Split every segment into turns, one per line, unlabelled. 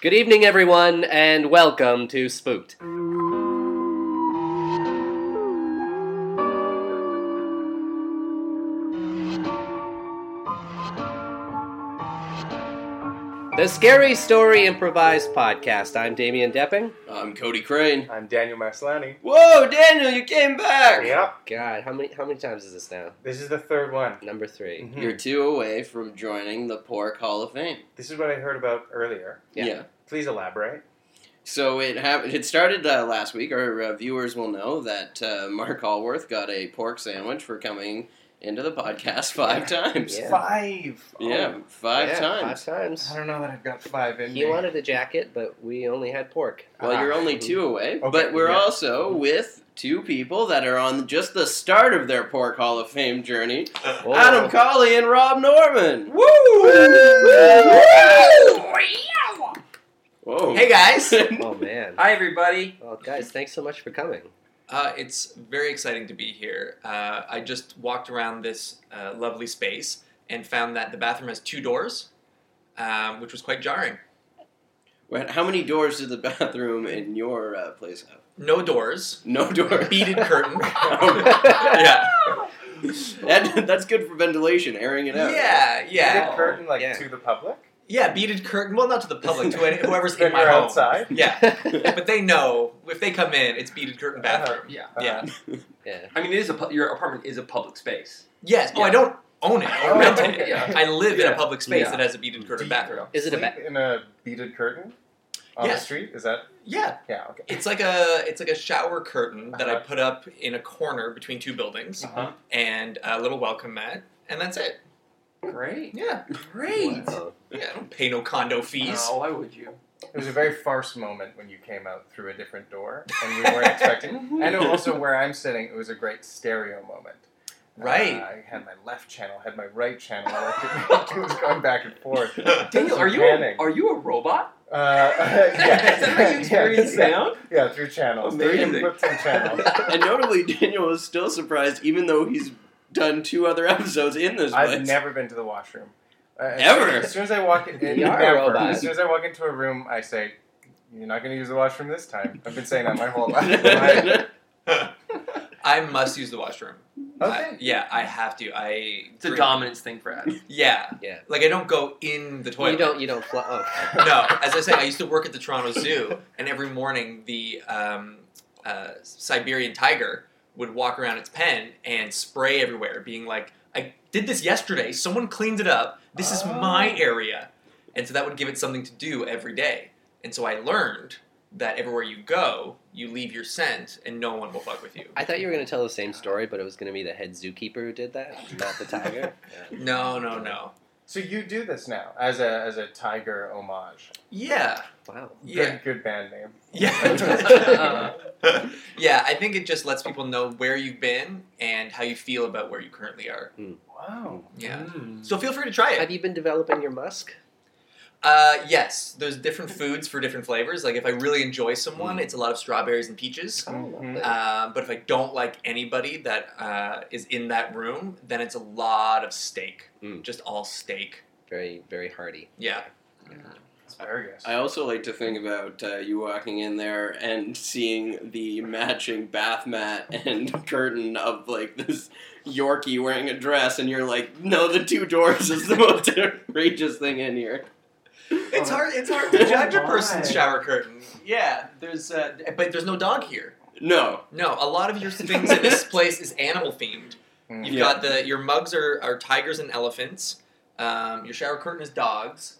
Good evening, everyone, and welcome to Spooked. The Scary Story Improvised Podcast. I'm Damian Depping.
I'm Cody Crane.
I'm Daniel Maslany.
Whoa, Daniel, you came back!
Yep,
God, how many how many times is this now?
this is the third one.
Number three.
Mhm.
You're two away from joining the Pork Hall of Fame.
This is what I heard about earlier.
Yeah.
Please elaborate.
So it happened. It started uh, last week. Our uh, viewers will know that uh, Mark Allworth got a pork sandwich for coming into the podcast five times.
Yeah.
Five.
Yeah, five
Yeah,
times.
Five times.
Oh, I don't know that I've got five in
He
me.
wanted a jacket, but we only had pork.
Well, you're
Ah.
only two away,
Okay,
but we're
yeah.
also with two people that are on just the start of their Pork Hall of Fame journey
Uh,
Whoa.
Adam Colley and Rob Norman. Woo! Whoa.
Hey guys!
Oh man.
Hi everybody!
Well, guys, thanks so much for coming.
Uh, it's very exciting to be here. Uh, I just walked around this uh, lovely space and found that the bathroom has two doors, um, which was quite jarring.
Wait, How many doors did the bathroom in your uh, place have?
No doors,
No door.
beaded curtain.
Yeah.
yeah,
That, that's good for ventilation, airing it out.
yeah,
Is it
yeah,
curtain like
Yeah.
to the public?
yeah. Beaded curtain. Well, not to the public, to any, whoever's
When
in my
you're
home.
outside.
Yeah, Uh-huh. but they know if they come in, it's beaded curtain bathroom.
Yeah.
Yeah.
yeah.
I mean, it is a pu- your apartment is a public space.
Yes. Oh, I
Yeah.
don't own it.
Oh,
I rent it.
Yeah.
I live in
Yeah.
a public space
Yeah.
that has a beaded curtain bathroom.
Is it a
Sleep
ba-
in a beaded curtain on the
Yes.
street? Is that?
Yeah.
Yeah. Okay.
It's like a it's like a shower curtain that I
Uh-huh.
put up in a corner between two buildings
Uh-huh.
and a little welcome mat, and that's it.
Great,
Yeah,
great.
Oh.
yeah. I don't pay no condo fees.
Oh, why would you?
It was a very farce moment when you came out through a different door, and we weren't expecting. And
Mhm.
also, where I'm sitting, it was a great stereo moment.
Right.
Uh, I had my left channel, had my right channel. I it was going back and forth.
Daniel, are you a,
Panic.
are you a robot?
Uh, yeah.
is that how you
Yeah,
experience
yeah.
sound?
Yeah, through channels, three
Amazing.
inputs and channels.
And notably, Daniel was still surprised, even though he's done two other episodes in this
I've
place.
never been to the washroom. Uh, as
Ever?
soon- As soon as I walk in,
You are a
ever.
robot.
As soon as I walk into a room, I say, "You're not going to use the washroom this time." I've been saying that my whole life.
I must use the washroom. I-
okay.
yeah, I have to. I
It's a dominance thing for Adam.
Yeah,
Yeah.
Like I don't go in the toilet.
You don't. You don't. Fl- oh.
no, as I say, I used to work at the Toronto Zoo, and every morning the um, uh, Siberian tiger would walk around its pen and spray everywhere, being like, "I did this yesterday. Someone cleaned it up. This is my
Oh.
area," and so that would give it something to do every day. And so I learned that everywhere you go, you leave your scent, and no one will fuck with you.
I thought you were gonna tell the same story, but it was gonna be the head zookeeper who did that, not the tiger. Yeah.
No, no, no.
So you do this now as a as a tiger homage.
Yeah,
Wow.
yeah,
Good, good band name.
yeah. yeah, I think it just lets people know where you've been and how you feel about where you currently are.
Wow.
Yeah.
Mm.
So feel free to try it.
Have you been developing your musk?
Uh, yes, there's different foods for different flavors. Like if I really enjoy someone, it's a lot of strawberries and peaches.
Mhm.
Uh, but if I don't like anybody that uh, is in that room, then it's a lot of steak.
Mm.
Just all steak.
Very, very hearty.
Yeah.
Asparagus.
I also like to think about uh, you walking in there and seeing the matching bath mat and curtain of like this Yorkie wearing a dress, and you're like, no, the two doors is the most outrageous thing in here.
It's hard. It's hard to judge a person's
Why?
shower curtain. Oh Yeah, there's. Uh, but there's no dog here.
No,
No, a lot of your things in this place is animal themed.
Mm.
You've
Yeah.
got the your mugs are, are tigers and elephants. Um, your shower curtain is dogs,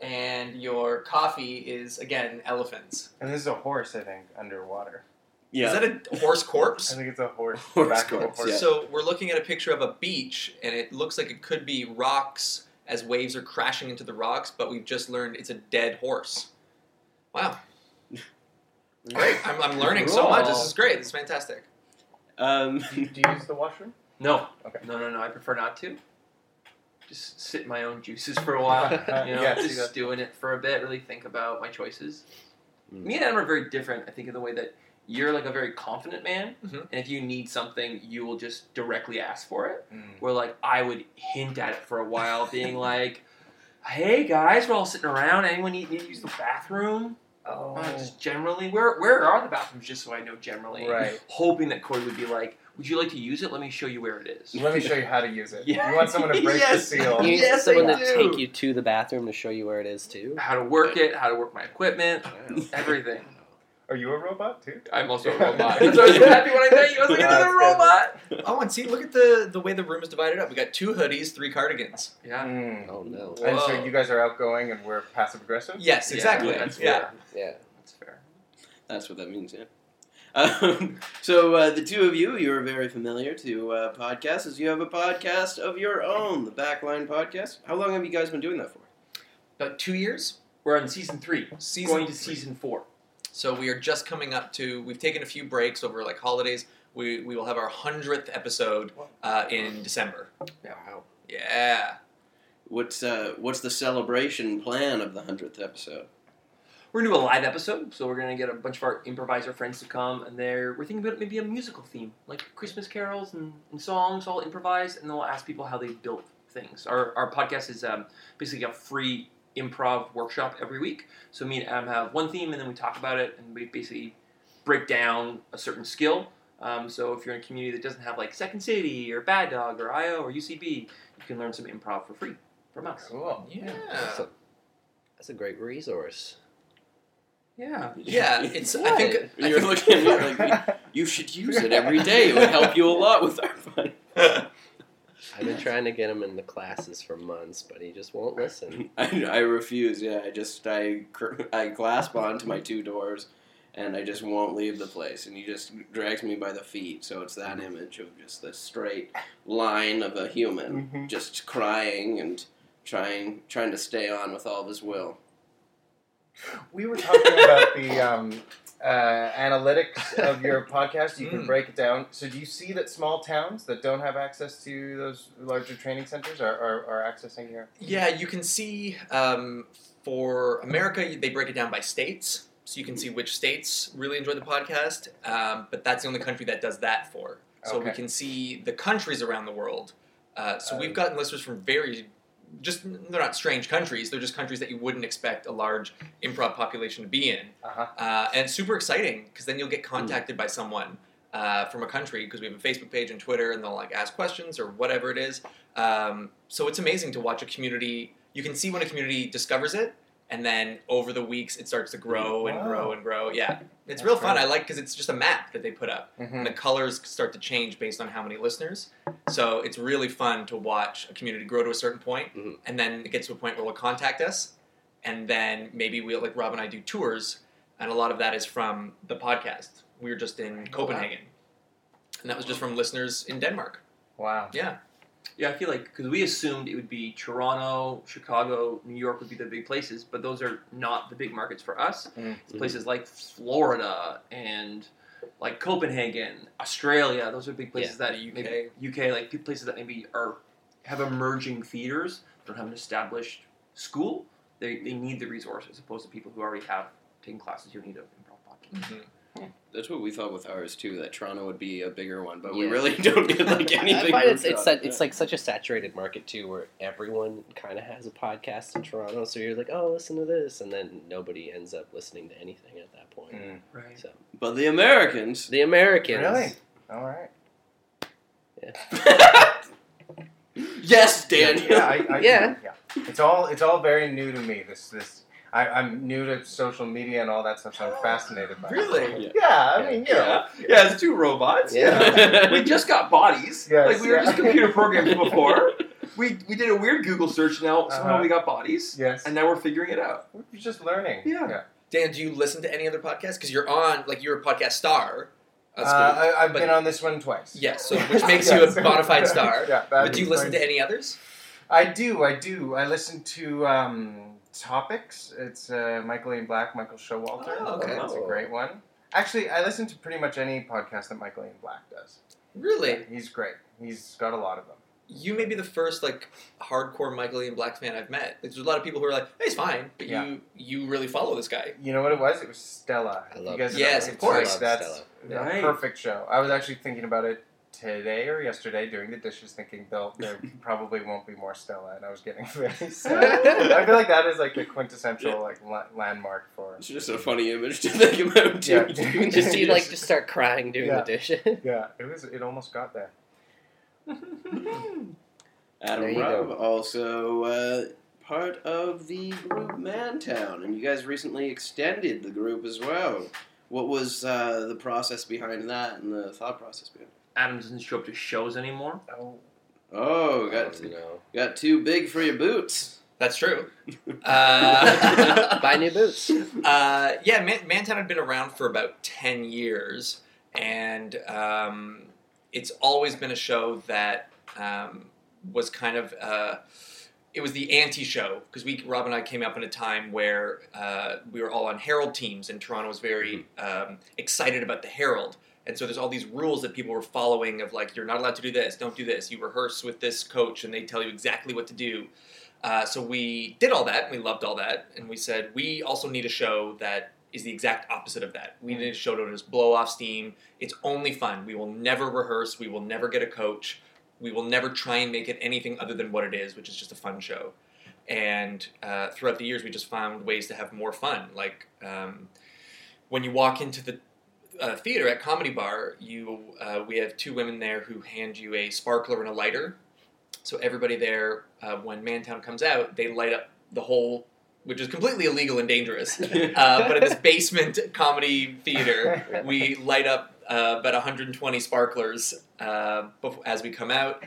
and your coffee is again elephants.
And this is a horse, I think, underwater.
yeah,
Is that a horse
I
corpse?
think it's a horse.
Horse
back of a
corpse, yeah.
So we're looking at a picture of a beach, and it looks like it could be rocks as waves are crashing into the rocks, but we've just learned it's a dead horse. Wow, great! I'm, I'm learning so much. This is great. This is fantastic.
Um,
Do you- do you use the washroom?
No,
Okay.
no, no, no. I prefer not to. Just sit in my own juices for a while. You know,
Yeah, see that.
just doing it for a bit. Really think about my choices.
Mm.
Me and Adam are very different. I think in the way that you're like a very confident man,
Mm-hmm.
Mhm.
and if you need something, you will just directly ask for it.
Mm.
where like I would hint at it for a while, being like, hey guys, we're all sitting around. Anyone need, need to use the bathroom?
Oh.
Uh, just generally, where where are the bathrooms? Just so I know generally.
Right.
Hoping that Corey would be like, "Would you like to use it? Let me show you where it is."
Let me show you how to use it.
Yeah.
You want someone to break
Yes.
the seal.
You need
Yes, I
someone to
do.
take you to the bathroom to show you where it is too.
How to work it? How to work my equipment? Everything.
Are you a robot too?
I'm also a robot. That's why I was so happy when I met you. I was like,
Yeah,
another
that's good.
robot.
Oh, and see, look at the the way the room is divided up. We got two hoodies, three cardigans.
Yeah.
Mm.
Oh no.
And so
Whoa.
you guys are outgoing and we're passive aggressive?
Yes,
Yeah,
exactly. Yeah,
that's fair.
Yeah.
That's fair.
That's what that means, yeah. Um, so uh, the two of you, you are very familiar to uh, podcasts, as you have a podcast of your own, the Backline Podcast. How long have you guys been doing that for?
about two years.
We're on season three.
Season
going to
three.
season four.
So we are just coming up to. We've taken a few breaks over like holidays. We we will have our hundredth episode uh, in December.
Wow.
Yeah,
What's uh, what's the celebration plan of the hundredth episode?
We're gonna do a live episode, so we're gonna get a bunch of our improviser friends to come, and they're we're thinking about maybe a musical theme, like Christmas carols and, and songs, all improvised, and then we'll ask people how they built things. Our our podcast is um, basically a free improv workshop every week. So me and Adam have one theme, and then we talk about it, and we basically break down a certain skill. Um, so if you're in a community that doesn't have like Second City or Bad Dog or IO or UCB, you can learn some improv for free from us.
Cool.
yeah,
That's a, that's a great resource.
Yeah.
yeah. It's I think I
you're
think-
looking at me like you should use it every day. It would help you a lot with our fun.
I've been trying to get him in the classes for months, but he just won't listen.
I, I refuse. Yeah, I just I cr- I glass bond to my two doors, and I just won't leave the place. And he just drags me by the feet. So it's that image of just the straight line of a human
Mm-hmm.
Mhm.
just crying and trying trying to stay on with all of his will.
We were talking about the um, uh, analytics of your podcast. You can
Mm.
break it down. So, do you see that small towns that don't have access to those larger training centers are, are, are accessing your?
Yeah, you can see um, for America, they break it down by states. So you can see which states really enjoy the podcast, um, but that's the only country that does that for. So we
Okay.
can see the countries around the world. Uh, so
Um,
we've gotten listeners from very, just they're not strange countries. They're just countries that you wouldn't expect a large improv population to be in,
Uh-huh. Hmm.
uh, and it's super exciting because then you'll get contacted by someone uh, from a country because we have a Facebook page and Twitter, and they'll like ask questions or whatever it is. Um, so it's amazing to watch a community. You can see when a community discovers it, and then over the weeks it starts to grow and
Wow.
grow and grow. Yeah, it's
That's
real fun.
great.
I like because it's just a map that they put up,
Mhm.
and the colors start to change based on how many listeners. So it's really fun to watch a community grow to a certain point,
Mhm.
and then it gets to a point where they'll contact us, and then maybe we'll like Rob and I do tours, and a lot of that is from the podcast. We were just in Copenhagen, and that was just from listeners in Denmark.
Wow.
Yeah.
Yeah, I feel like because we assumed it would be Toronto, Chicago, New York would be the big places, but those are not the big markets for us.
Mm.
It's places like Florida and like Copenhagen, Australia. Those are big places that
The
maybe, UK like big places that maybe are have emerging theaters don't have an established school. They, they need the resource as opposed to people who already have taken classes who need an improv podcast.
That's what we thought with ours too. That Toronto would be a bigger one, but we
Yeah.
really don't get like anything.
I find
from
it's it's,
Toronto.
that, it's like such a saturated market too, where everyone kind of has a podcast in Toronto. So you're like, oh, listen to this, and then nobody ends up listening to anything at that point.
Mm.
Right.
So
but the Americans.
the Americans,
Really? All right.
yes, Daniel.
Yeah, I, I,
Yeah.
It's all it's all very new to me. This this I, I'm new to social media and all that stuff. So I'm fascinated by.
Really?
It. Yeah, I
Yeah.
mean, you know.
yeah, it's two robots.
Yeah.
we just got bodies.
Yes,
like we were
yeah.
just computer programmed before. we we did a weird Google search. Now somehow
Uh-huh.
we got bodies,
Yes.
and now we're figuring it out.
We're just learning.
Yeah.
Dan, do you listen to any other podcasts? Because you're on, like, you're a podcast star.
Uh,
That's cool.
I, I've
But-
been on this one twice.
Yes, so which makes you a
Yes.
bona fide star.
yeah, that
But do you listen
explains-
to any others?
I do, I do. I listen to um, Topics. It's uh, Michael Ian Black, Michael Showalter.
Oh, okay.
That's a great one. Actually, I listen to pretty much any podcast that Michael Ian Black does.
Really?
He's great. He's got a lot of them.
You may be the first like hardcore Michael Ian Black fan I've met. Like, There's a lot of people who are like, hey, he's fine, but
Yeah.
you you really follow this guy.
You know what it was? It was Stella.
I love
you guys
Yes,
know,
of
it's like
course.
I love
That's
Stella.
a
Right.
perfect show. I was actually thinking about it today or yesterday doing the dishes, thinking, "Bill, there probably won't be more Stella," and I was getting very sad. I feel like that is like the quintessential like la- landmark for
It's just a funny image to think about. Too.
Yeah.
Just you like just start crying doing
Yeah.
the dishes.
yeah. It was it almost got there.
There
Adam
you
Rob,
go.
also uh, part of the group Mantown, and you guys recently extended the group as well. What was uh, the process behind that and the thought process behind it?
Adam doesn't show up to shows anymore.
Oh,
Oh, got
Oh, no.
got too big for your boots.
That's true. Uh,
Buy new boots.
uh, yeah, Man- Mantown had been around for about 10 years, and um, it's always been a show that um, was kind of. Uh, it was the anti-show because we, Rob and I, came up in a time where uh, we were all on Herald teams, and Toronto was very um, excited about the Herald, and so there's all these rules that people were following of like you're not allowed to do this, don't do this, you rehearse with this coach, and they tell you exactly what to do, uh, so we did all that, and we loved all that, and we said we also need a show that is the exact opposite of that. We need a show to just blow off steam. It's only fun. We will never rehearse. We will never get a coach. We will never try and make it anything other than what it is, which is just a fun show. And uh, throughout the years, we just found ways to have more fun. Like um, when you walk into the uh, theater at Comedy Bar, you uh, we have two women there who hand you a sparkler and a lighter. So everybody there, uh, when Mantown comes out, they light up the whole, which is completely illegal and dangerous. Uh, but at this basement comedy theater, we light up uh, about 120 sparklers uh, bef- as we come out,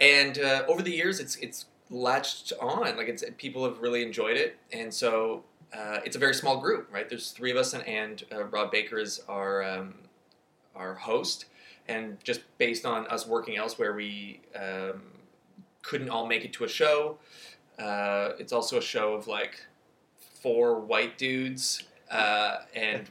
and uh, over the years, it's it's latched on. Like it's people have really enjoyed it, and so uh, it's a very small group, right? There's three of us, and, and uh, Rob Baker is our um, our host, and just based on us working elsewhere, we um, couldn't all make it to a show. Uh, it's also a show of like four white dudes. Uh, and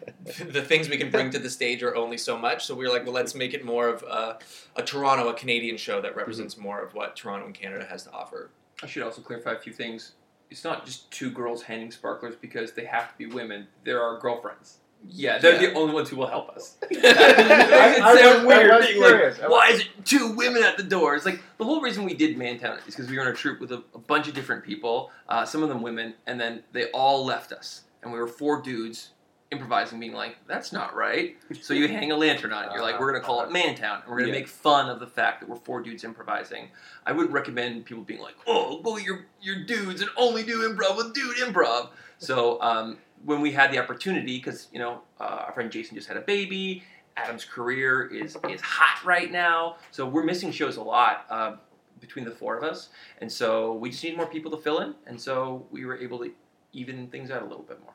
the things we can bring to the stage are only so much. So we were like, well, let's make it more of a, a Toronto, a Canadian show that represents more of what Toronto and Canada has to offer.
I should also clarify a few things. It's not just two girls handing sparklers because they have to be women. They're our girlfriends. Yeah, they're the only ones who will help us.
I,
It's so
was-
weird
I was
being like,
curious. I was-
Why is it two women at the door? It's like the whole reason we did Mantown is because we were in a troupe with a, a bunch of different people, uh, some of them women, and then they all left us, and we were four dudes improvising, being like, "That's not right." So you hang a lantern on it. You're like, "We're gonna call
Uh-huh.
it Mantown, and we're gonna
Yeah.
make fun of the fact that we're four dudes improvising." I would recommend people being like, "Oh, well, you're you're dudes and only do improv with dude improv." So um, when we had the opportunity, because you know uh, our friend Jason just had a baby, Adam's career is is hot right now, so we're missing shows a lot uh, between the four of us, and so we just need more people to fill in, and so we were able to even things out a little bit more.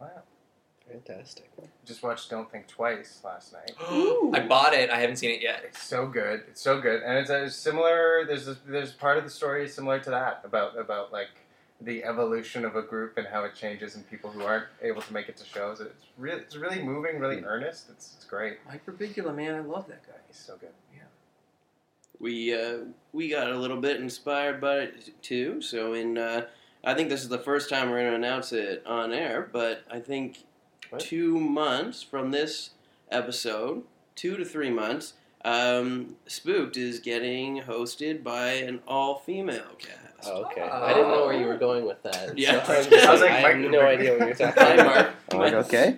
Wow.
Fantastic.
Just watched Don't Think Twice last night.
I bought it. I haven't seen it yet.
It's so good. It's so good, and it's a similar. There's a, there's part of the story similar to that about about like the evolution of a group and how it changes and people who aren't able to make it to shows. It's really it's really moving,
Hmm.
really earnest. It's it's great.
Mike Birbiglia, man, I love that guy.
It's so good.
we uh, we got a little bit inspired by it too. So in uh, I think this is the first time we're going to announce it on air, but I think
What?
two months from this episode, two to three months, um, Spooked is getting hosted by an all female cast.
Oh, okay. I didn't know where you were going with that.
Yeah.
So I'm just
I was
like,
like,
I
Mike-
have no idea what you're talking
Hi,
about.
Mark.
I'm like, okay.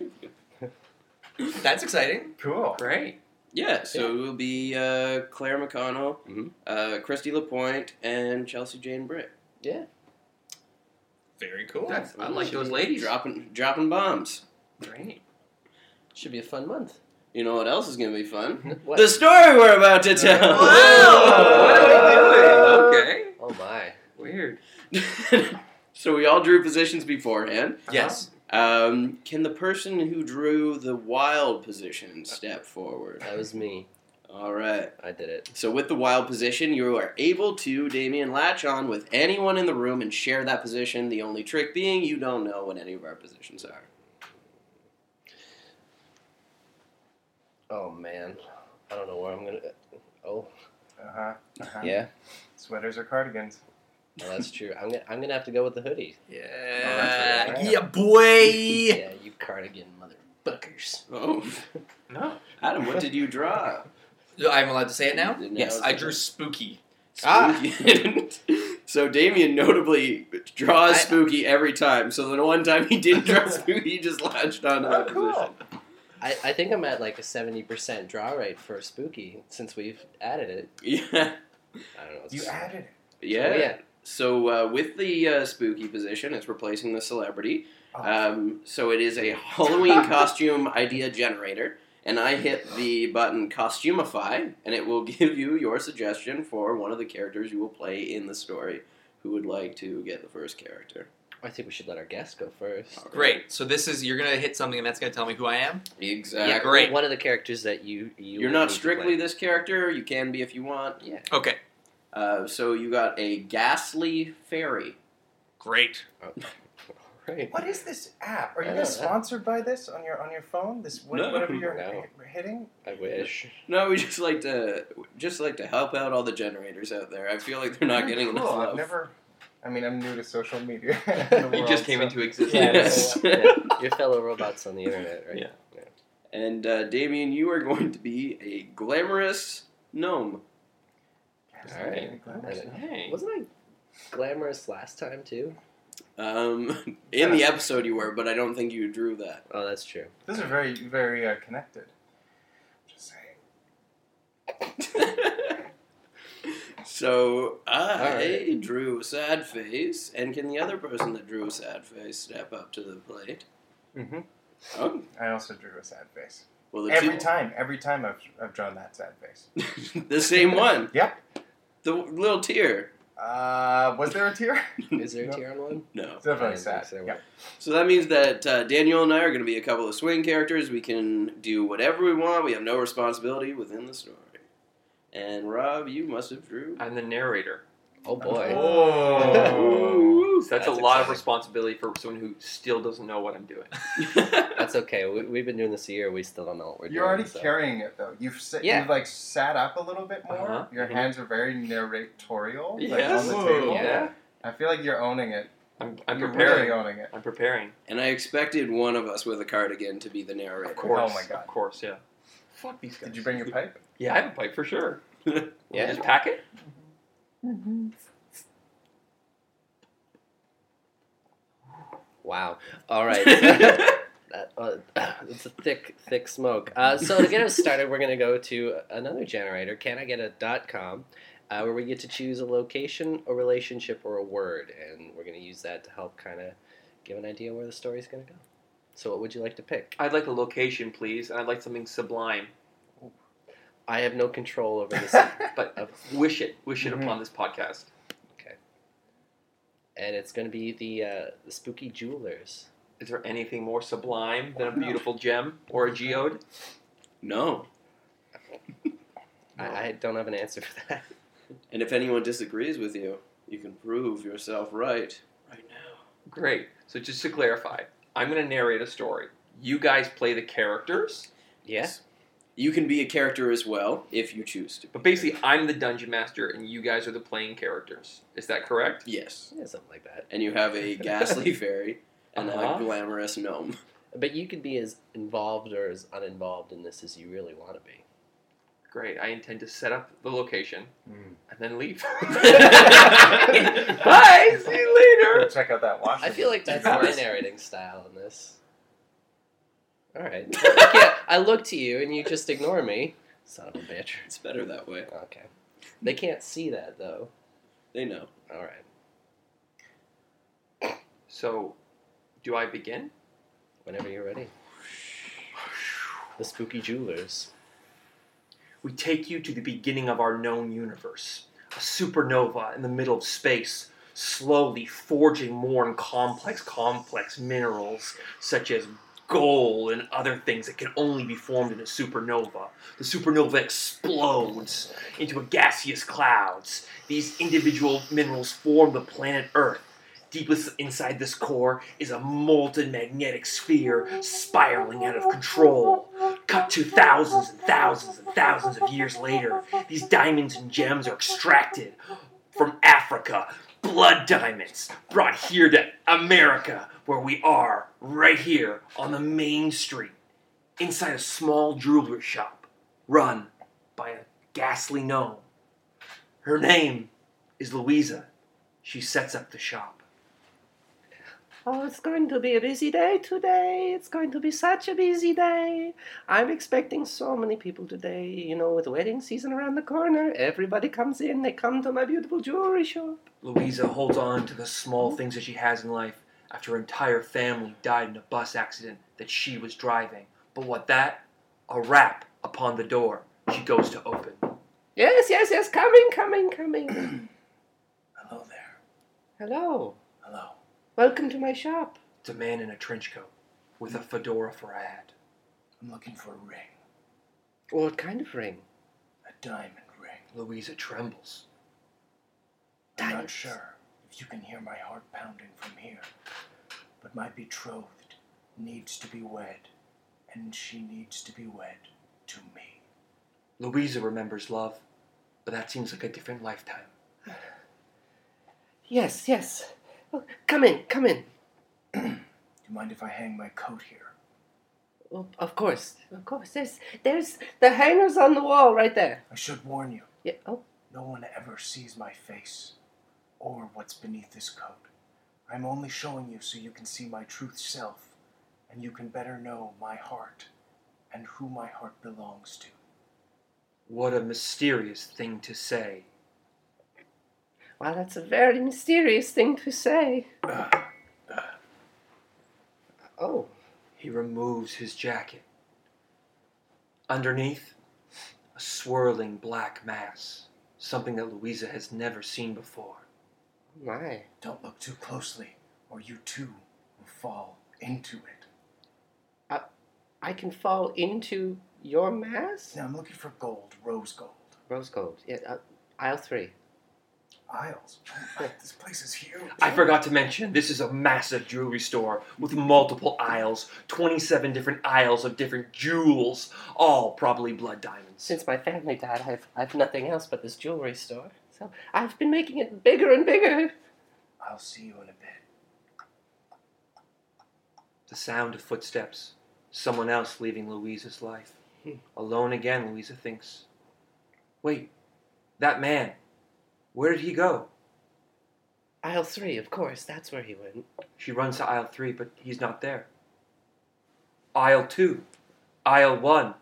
That's exciting.
Cool.
Great.
Yeah, so it will be uh, Claire McConnell,
Mhm.
uh, Christy Lapointe, and Chelsea Jane Britt.
Very cool.
That's, I like those ladies.
Dropping, dropping bombs.
Great.
Should be a fun month.
You know what else is going to be fun?
What?
The story we're about to tell.
Wow!
Wow. What are we doing? Okay.
Oh my.
Weird. Uh-huh.
so we all drew positions beforehand.
yes.
Um, can the person who drew the wild position step forward?
That was me.
All right.
I did it.
So with the wild position, you are able to, Damien, latch on with anyone in the room and share that position. The only trick being you don't know what any of our positions are.
Oh man. I don't know where I'm gonna. Oh.
Uh huh. Uh-huh.
Yeah.
Sweaters or cardigans. Oh,
Well, that's true. I'm gonna, I'm gonna have to go with the hoodie.
Yeah.
right.
yeah, boy.
Yeah, you cardigan motherfuckers.
Oh,
No.
Adam, what did you draw?
I'm allowed to say it now.
Yes,
I drew spooky.
Ah.
Spooky. so Damien notably draws
I-
Spooky every time. So the one time he didn't draw Spooky, he just latched on to
Oh,
that
cool.
position.
I, I think I'm at like a 70% draw rate for Spooky since we've added it.
Yeah.
I don't know. it's-
You added it.
Yeah.
Oh, yeah.
So uh, with the uh, Spooky position, it's replacing the celebrity.
Oh.
Um, so it is a Halloween costume idea generator. And I hit the button Costumify, and it will give you your suggestion for one of the characters you will play in the story. Who would like to get the first character?
I think we should let our guest go first.
Oh,
Great. So this is you're gonna hit something, and that's gonna tell me who I am.
Exactly.
Great.
One of the characters that you. you
Uh, You're
would
not
need to
strictly
play.
this character. You can be if you want. Yeah.
Okay.
Uh, so you got a ghastly fairy.
Great.
Right.
What is this app? Are you
I
guys
don't know.
sponsored by this on your on your phone? This what,
No.
whatever you're
No.
hitting.
I wish.
No, we just like to just like to help out all the generators out there. I feel like they're not getting
cool.
enough love.
I've never. I mean, I'm new to social media.
It just came into existence.
Yeah, yeah, yeah. Your fellow robots on the internet, right?
Yeah.
And uh, Damien, you are going to be a glamorous gnome.
All right.
Hey.
Wasn't I glamorous last time too?
Um, in the episode you were, but I don't think you drew that.
Oh, that's true.
Those are very very uh, connected. Just saying.
so I
All right.
drew a sad face, and can the other person that drew a sad face step up to the plate?
Mm-hmm.
Oh,
I also drew a sad face.
well, the two-
Every time, every time I've, I've drawn that sad face.
the same one.
Yep.
The little tear.
Uh, was there a tear?
Is there a
No.
tier on one?
No.
It's definitely
I
sad.
think so.
Yeah.
So that means that uh, Daniel and I are going to be a couple of swing characters. We can do whatever we want. We have no responsibility within the story. And Rob, you must have drew.
I'm the narrator.
Oh boy.
Oh.
So that's, a
That's
lot of
exciting.
responsibility for someone who still doesn't know what I'm doing.
That's okay. We, we've been doing this a year. We still don't know what we're
You're
doing.
already
so.
carrying it though. You've sit,
Yeah.
you've like sat up a little bit more.
Uh-huh.
Your
Mhm.
hands are very narratorial, like
Yes.
on the
Whoa.
table.
Yeah.
I feel like you're owning it.
I'm, I'm
you're
preparing.
really owning it.
I'm preparing.
and I expected one of us with a cardigan to be the
Of
narrator.
Oh
course.
my God.
Of course, yeah. Fuck these guys.
Did you bring your pipe?
Yeah, I have a pipe for sure.
Yeah.
Just pack it.
Wow. All right. that, uh, it's a thick, thick smoke. Uh, so to get us started, we're going to go to another generator. Can I get a dot .com? Uh, where we get to choose a location, a relationship, or a word, and we're going to use that to help kind of give an idea where the story's going to go. So, what would you like to pick?
I'd like a location, please, and I'd like something sublime.
I have no control over this,
But uh, wish it, wish it
Mhm.
upon this podcast.
and it's going to be the uh, the spooky jewelers. Oh,
Is there anything more sublime than a beautiful gem or a geode?
No.
I, I don't have an answer for that.
And if anyone disagrees with you, you can prove yourself right right now.
Great. So just to clarify, I'm going to narrate a story. You guys play the characters,
Yeah.
You can be a character as well if you choose to.
but basically I'm the dungeon master and you guys are the playing characters. Is that correct?
Yes.
yeah, something like that.
And you have a ghastly fairy and
Uh-huh.
a glamorous gnome.
But you could be as involved or as uninvolved in this as you really want to be.
Great. I intend to set up the location
Hmm.
and then leave. Bye. See you later.
Go Check out that washroom.
I feel like that's
Yeah.
my narrating style in this. All right. I, can't- I look to you and you just ignore me. Son of a bitch.
It's better that way.
Okay. They can't see that though.
They know.
All right.
So, do I begin?
Whenever you're ready. The spooky jewelers.
We take you to the beginning of our known universe, a supernova in the middle of space, slowly forging more and complex, complex minerals such as gold and other things that can only be formed in a supernova. The supernova explodes into a gaseous clouds. These individual minerals form the planet Earth. Deepest inside this core is a molten magnetic sphere spiraling out of control. Cut to thousands and thousands and thousands of years later, these diamonds and gems are extracted from Africa. Blood diamonds brought here to America, where we are, right here on the main street, inside a small jewelry shop run by a ghastly gnome. Her name is Louisa. She sets up the shop.
Oh, it's going to be a busy day today. It's going to be such a busy day. I'm expecting so many people today. You know, with wedding season around the corner, everybody comes in. They come to my beautiful jewelry shop.
Louisa holds on to the small things that she has in life after her entire family died in a bus accident that she was driving. But what that? A rap upon the door. She goes to open.
Yes, yes, yes. Coming, coming, coming.
Hello there.
Oh.
Hello.
Hello.
Welcome to my shop.
It's a man in a trench coat with a fedora for a hat.
I'm looking for a ring,
What kind of ring?
a diamond ring.
Louisa trembles.
I'm not
Diamonds.
sure if you can hear my heart pounding from here, but my betrothed needs to be wed, and she needs to be wed to me.
Louisa remembers love, but that seems like a different lifetime.
Yes, yes. Oh, come in, come in.
Do you mind if I hang my coat here?
Oh, of course, of course. There's, there's the hangers on the wall right there.
I should warn you,
Yeah. Oh,
no one ever sees my face or what's beneath this coat. I'm only showing you so you can see my true self, and you can better know my heart and who my heart belongs to.
What a mysterious thing to say.
wow, that's a very mysterious thing to say. Oh,
He removes his jacket. Underneath, a swirling black mass, something that Louisa has never seen before.
my.
Don't look too closely, or you too will fall into it.
I can fall into your mass?
Now I'm looking for gold, rose gold.
Rose gold. Yeah, uh, aisle three.
Aisles. this place is huge.
I forgot to mention, this is a massive jewelry store with multiple aisles, 27 different aisles of different jewels, all probably blood diamonds.
Since Oh my family died, I've, I've nothing else but this jewelry store. So I've been making it bigger and bigger.
I'll see you in a bit.
The sound of footsteps, someone else leaving Louisa's life.
Hmm.
Alone again, Louisa thinks. Wait, that man, where did he go?
Aisle three, of course, that's where he went.
She runs to aisle three, but he's not there. Aisle two, aisle one,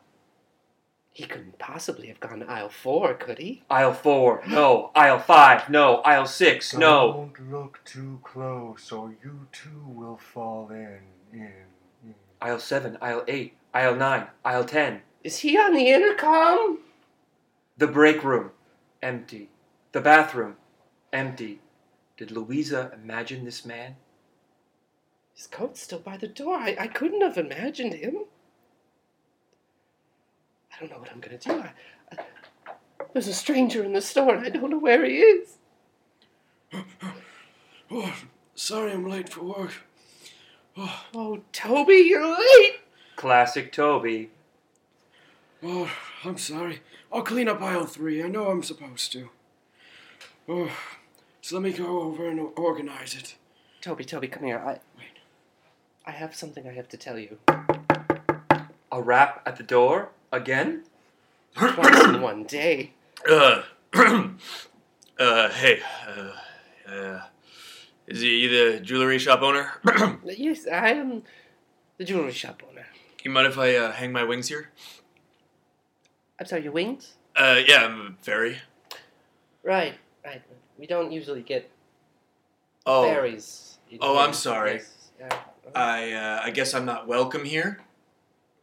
He couldn't possibly have gone to aisle four, could he?
aisle four, no, aisle five, no, aisle six,
Oh.
no.
Don't look too close, or you too will fall in. in, in.
Aisle seven, aisle eight, aisle nine, aisle ten.
Is he on the intercom?
The break room, empty. The bathroom, empty. Did Louisa imagine this man?
His coat's still by the door. I, I couldn't have imagined him. I don't know what I'm gonna do. I, I- there's a stranger in the store, and I don't know where he is.
Oh, sorry I'm late for work.
Oh, Toby, you're late.
Classic Toby.
Oh, I'm sorry. I'll clean up aisle three. I know I'm supposed to. Oh, just let me go over and organize it.
Toby, Toby, come here. I I have something I have to tell you.
A rap at the door again?
Twice in one day.
Uh, uh, hey, uh, uh, is he the jewelry shop owner?
Yes, I am the jewelry shop owner.
you mind if I uh, hang my wings here?
I'm sorry, your wings?
Uh, yeah, I'm very.
Right, right. We don't usually get
Oh,
berries.
Oh, I'm sorry.
Yes, yeah. Uh-huh.
I, uh, I guess I'm not welcome here.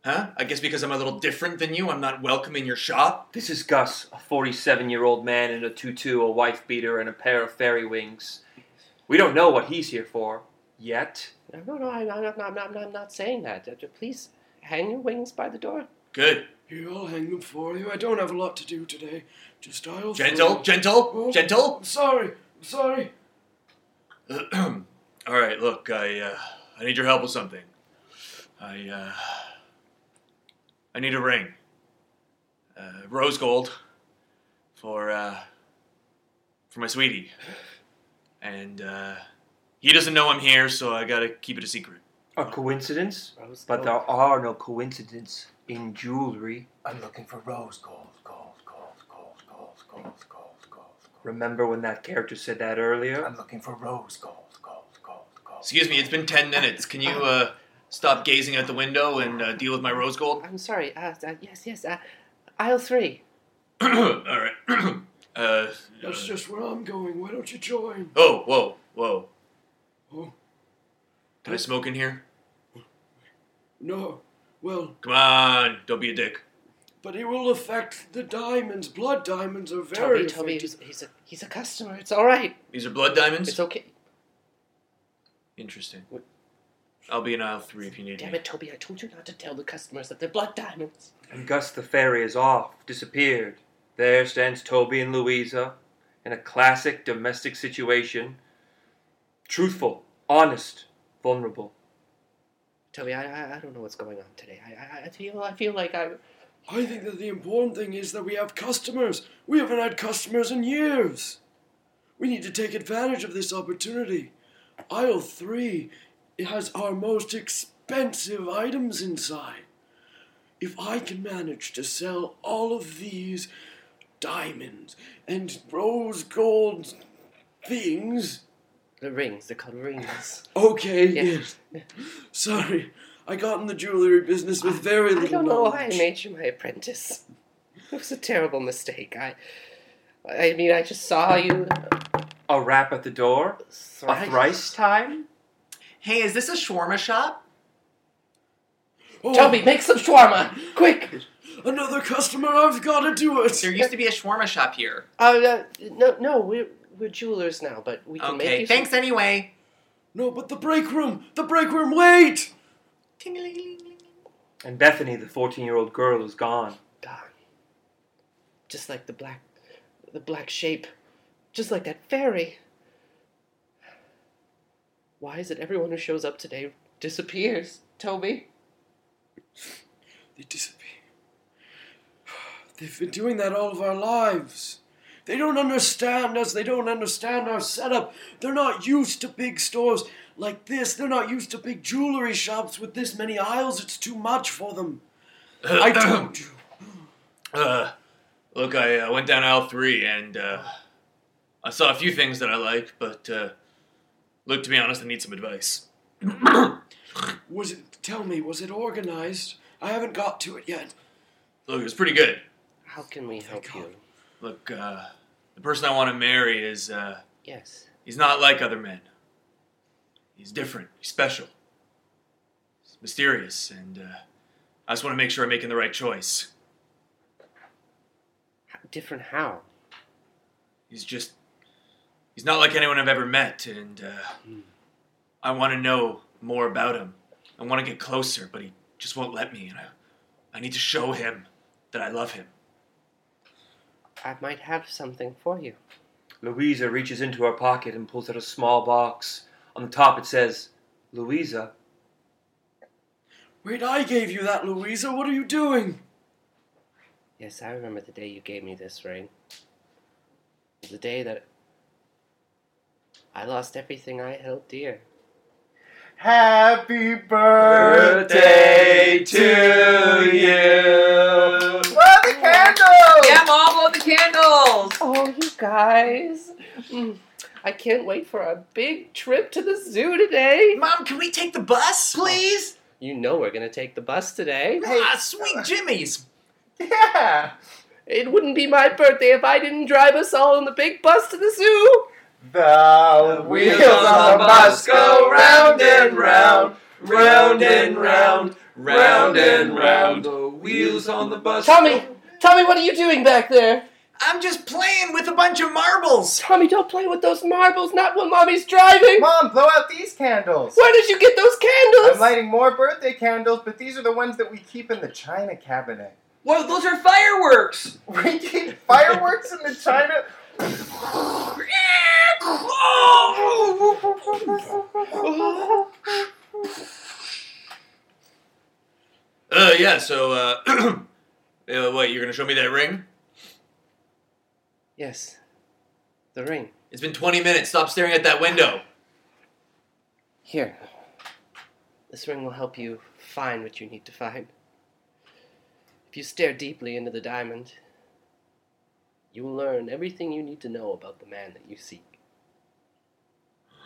Huh? I guess because I'm a little different than you, I'm not welcome in your shop.
This is Gus, a 47 year old man in a tutu, a wife beater, and a pair of fairy wings. We don't know what he's here for. Yet.
No, no, no, I'm, I'm, not, I'm, not, I'm not saying that. Uh, Please hang your wings by the door.
Good.
Here, I'll hang them for you. I don't have a lot to do today. Just aisle
Gentle,
three.
gentle, gentle.
I'm sorry. I'm sorry.
All right, look, I uh, I need your help with something. I uh, I need a ring, uh, rose gold, for uh, for my sweetie, and uh, he doesn't know I'm here, so I gotta keep it a secret.
A coincidence?
Rose
But there
gold.
are no coincidences in jewelry.
I'm looking for rose gold, gold, gold, gold.
Remember when that character said that earlier?
I'm looking for rose gold, gold, gold, gold.
Excuse me, it's been ten minutes. Can you uh, stop gazing out the window and uh, deal with my rose gold?
I'm sorry. Uh, uh, yes, yes. Uh, aisle three.
All right. uh,
That's just where I'm going. Why don't you join?
oh, whoa, whoa.
Oh.
Can I smoke in here?
No. Well,
Come on, don't be a dick.
but it will affect the diamonds. Blood diamonds are very
Toby, Toby,
affected.
he's, he's a he's a customer. It's all right.
These are blood diamonds.
It's okay.
Interesting.
What-
I'll be in aisle three if you need
Damn
me.
it, Toby! I told you not to tell the customers that they're blood diamonds.
And Gus the Fairy is off, disappeared. There stands Toby and Louisa in a classic domestic situation. Truthful, honest, vulnerable.
Toby, I, I I don't know what's going on today. I I, I feel I feel like I.
I think that the important thing is that we have customers. We haven't had customers in years. We need to take advantage of this opportunity. Aisle 3 it has our most expensive items inside. If I can manage to sell all of these diamonds and rose gold things.
The rings. They're called rings.
Okay,
Yeah.
yes. Sorry, I got in the jewelry business with very
I
little
don't know why I
knowledge.
made you my apprentice. It was a terrible mistake. I. I mean, I just saw you
A rap at the door? A
thrice.
thrice time?
Hey, is this a shawarma shop?
Oh,
Toby, make some shawarma, quick!
Another customer, I've got to do it.
There used to be a shawarma shop here.
Uh, uh, no, no, we're we're jewelers now, but we can make
Okay,
you.
thanks
Some...
anyway.
No, but the break room! The break room, wait!
And Bethany, the 14 year old girl, is gone.
God. Just like the black, the black shape, just like that fairy. Why is it everyone who shows up today disappears, Toby?
They disappear. They've been doing that all of our lives. They don't understand us, they don't understand our setup. They're not used to big stores like this, they're not used to big jewelry shops with this many aisles. It's too much for them. I told you.
Uh, look, I uh, went down aisle three and uh, I saw a few things that I liked, but uh, look, to be honest, I need some advice.
Was it, tell me, was it organized? I haven't got to it yet.
Look, it was pretty good.
How can we help you?
Look, uh, the person I want to marry is, uh,
Yes.
he's not like other men. He's different, he's special, he's mysterious, and uh, I just want to make sure I'm making the right choice.
Different how?
He's just, he's not like anyone I've ever met, and uh,
Hmm.
I want to know more about him. I want to get closer, but he just won't let me, and I, I need to show him that I love him.
I might have something for you.
Louisa reaches into her pocket and pulls out a small box. On the top it says, Louisa.
Wait, I gave you that, Louisa. What are you doing?
Yes, I remember the day you gave me this ring. The day that I lost everything I held dear.
Happy birthday to you. Blow the candles.
Yeah, Mom, blow the candles!
Oh, you guys. Mm, I can't wait for a big trip to the zoo today. Oh.
Mom, can we take the bus, please?
You know we're going to take the bus today.
Ah, sweet Jimmy's.
Uh.
Yeah.
It wouldn't be my birthday if I didn't drive us all in the big bus to the zoo.
The wheels on the bus go round and round,
round and round,
round and round.
The wheels on the bus.
Tommy, Tommy, what are you doing back there?
I'm just playing with a bunch of marbles.
Tommy, don't play with those marbles, not while Mommy's driving.
Mom, blow out these candles.
Where did you get those
I'm
candles?
lighting more birthday candles, but these are the ones that we keep in the china cabinet.
Whoa, those are fireworks!
We keep fireworks in the china.
Uh, yeah, so, uh, uh, what, you're gonna show me that ring?
Yes, the ring.
It's been 20 minutes, stop staring at that window.
Here. This ring will help you find what you need to find. If you stare deeply into the diamond, You will learn everything you need to know about the man that you seek.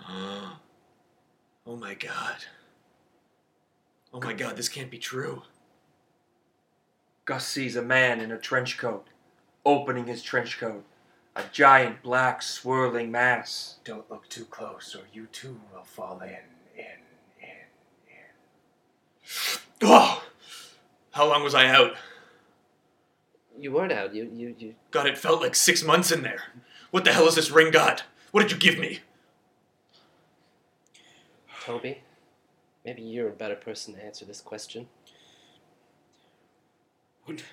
Oh my god. Oh my god, this can't be true.
Gus sees a man in a trench coat, opening his trench coat. A giant black swirling mass.
Don't look too close, or you too will fall in, in, in.
Oh! How long was I out?
You weren't out. You, you, you.
God, it felt like six months in there. What the hell is this ring god? What did you give me?
Toby, maybe you're a better person to answer this question.
What,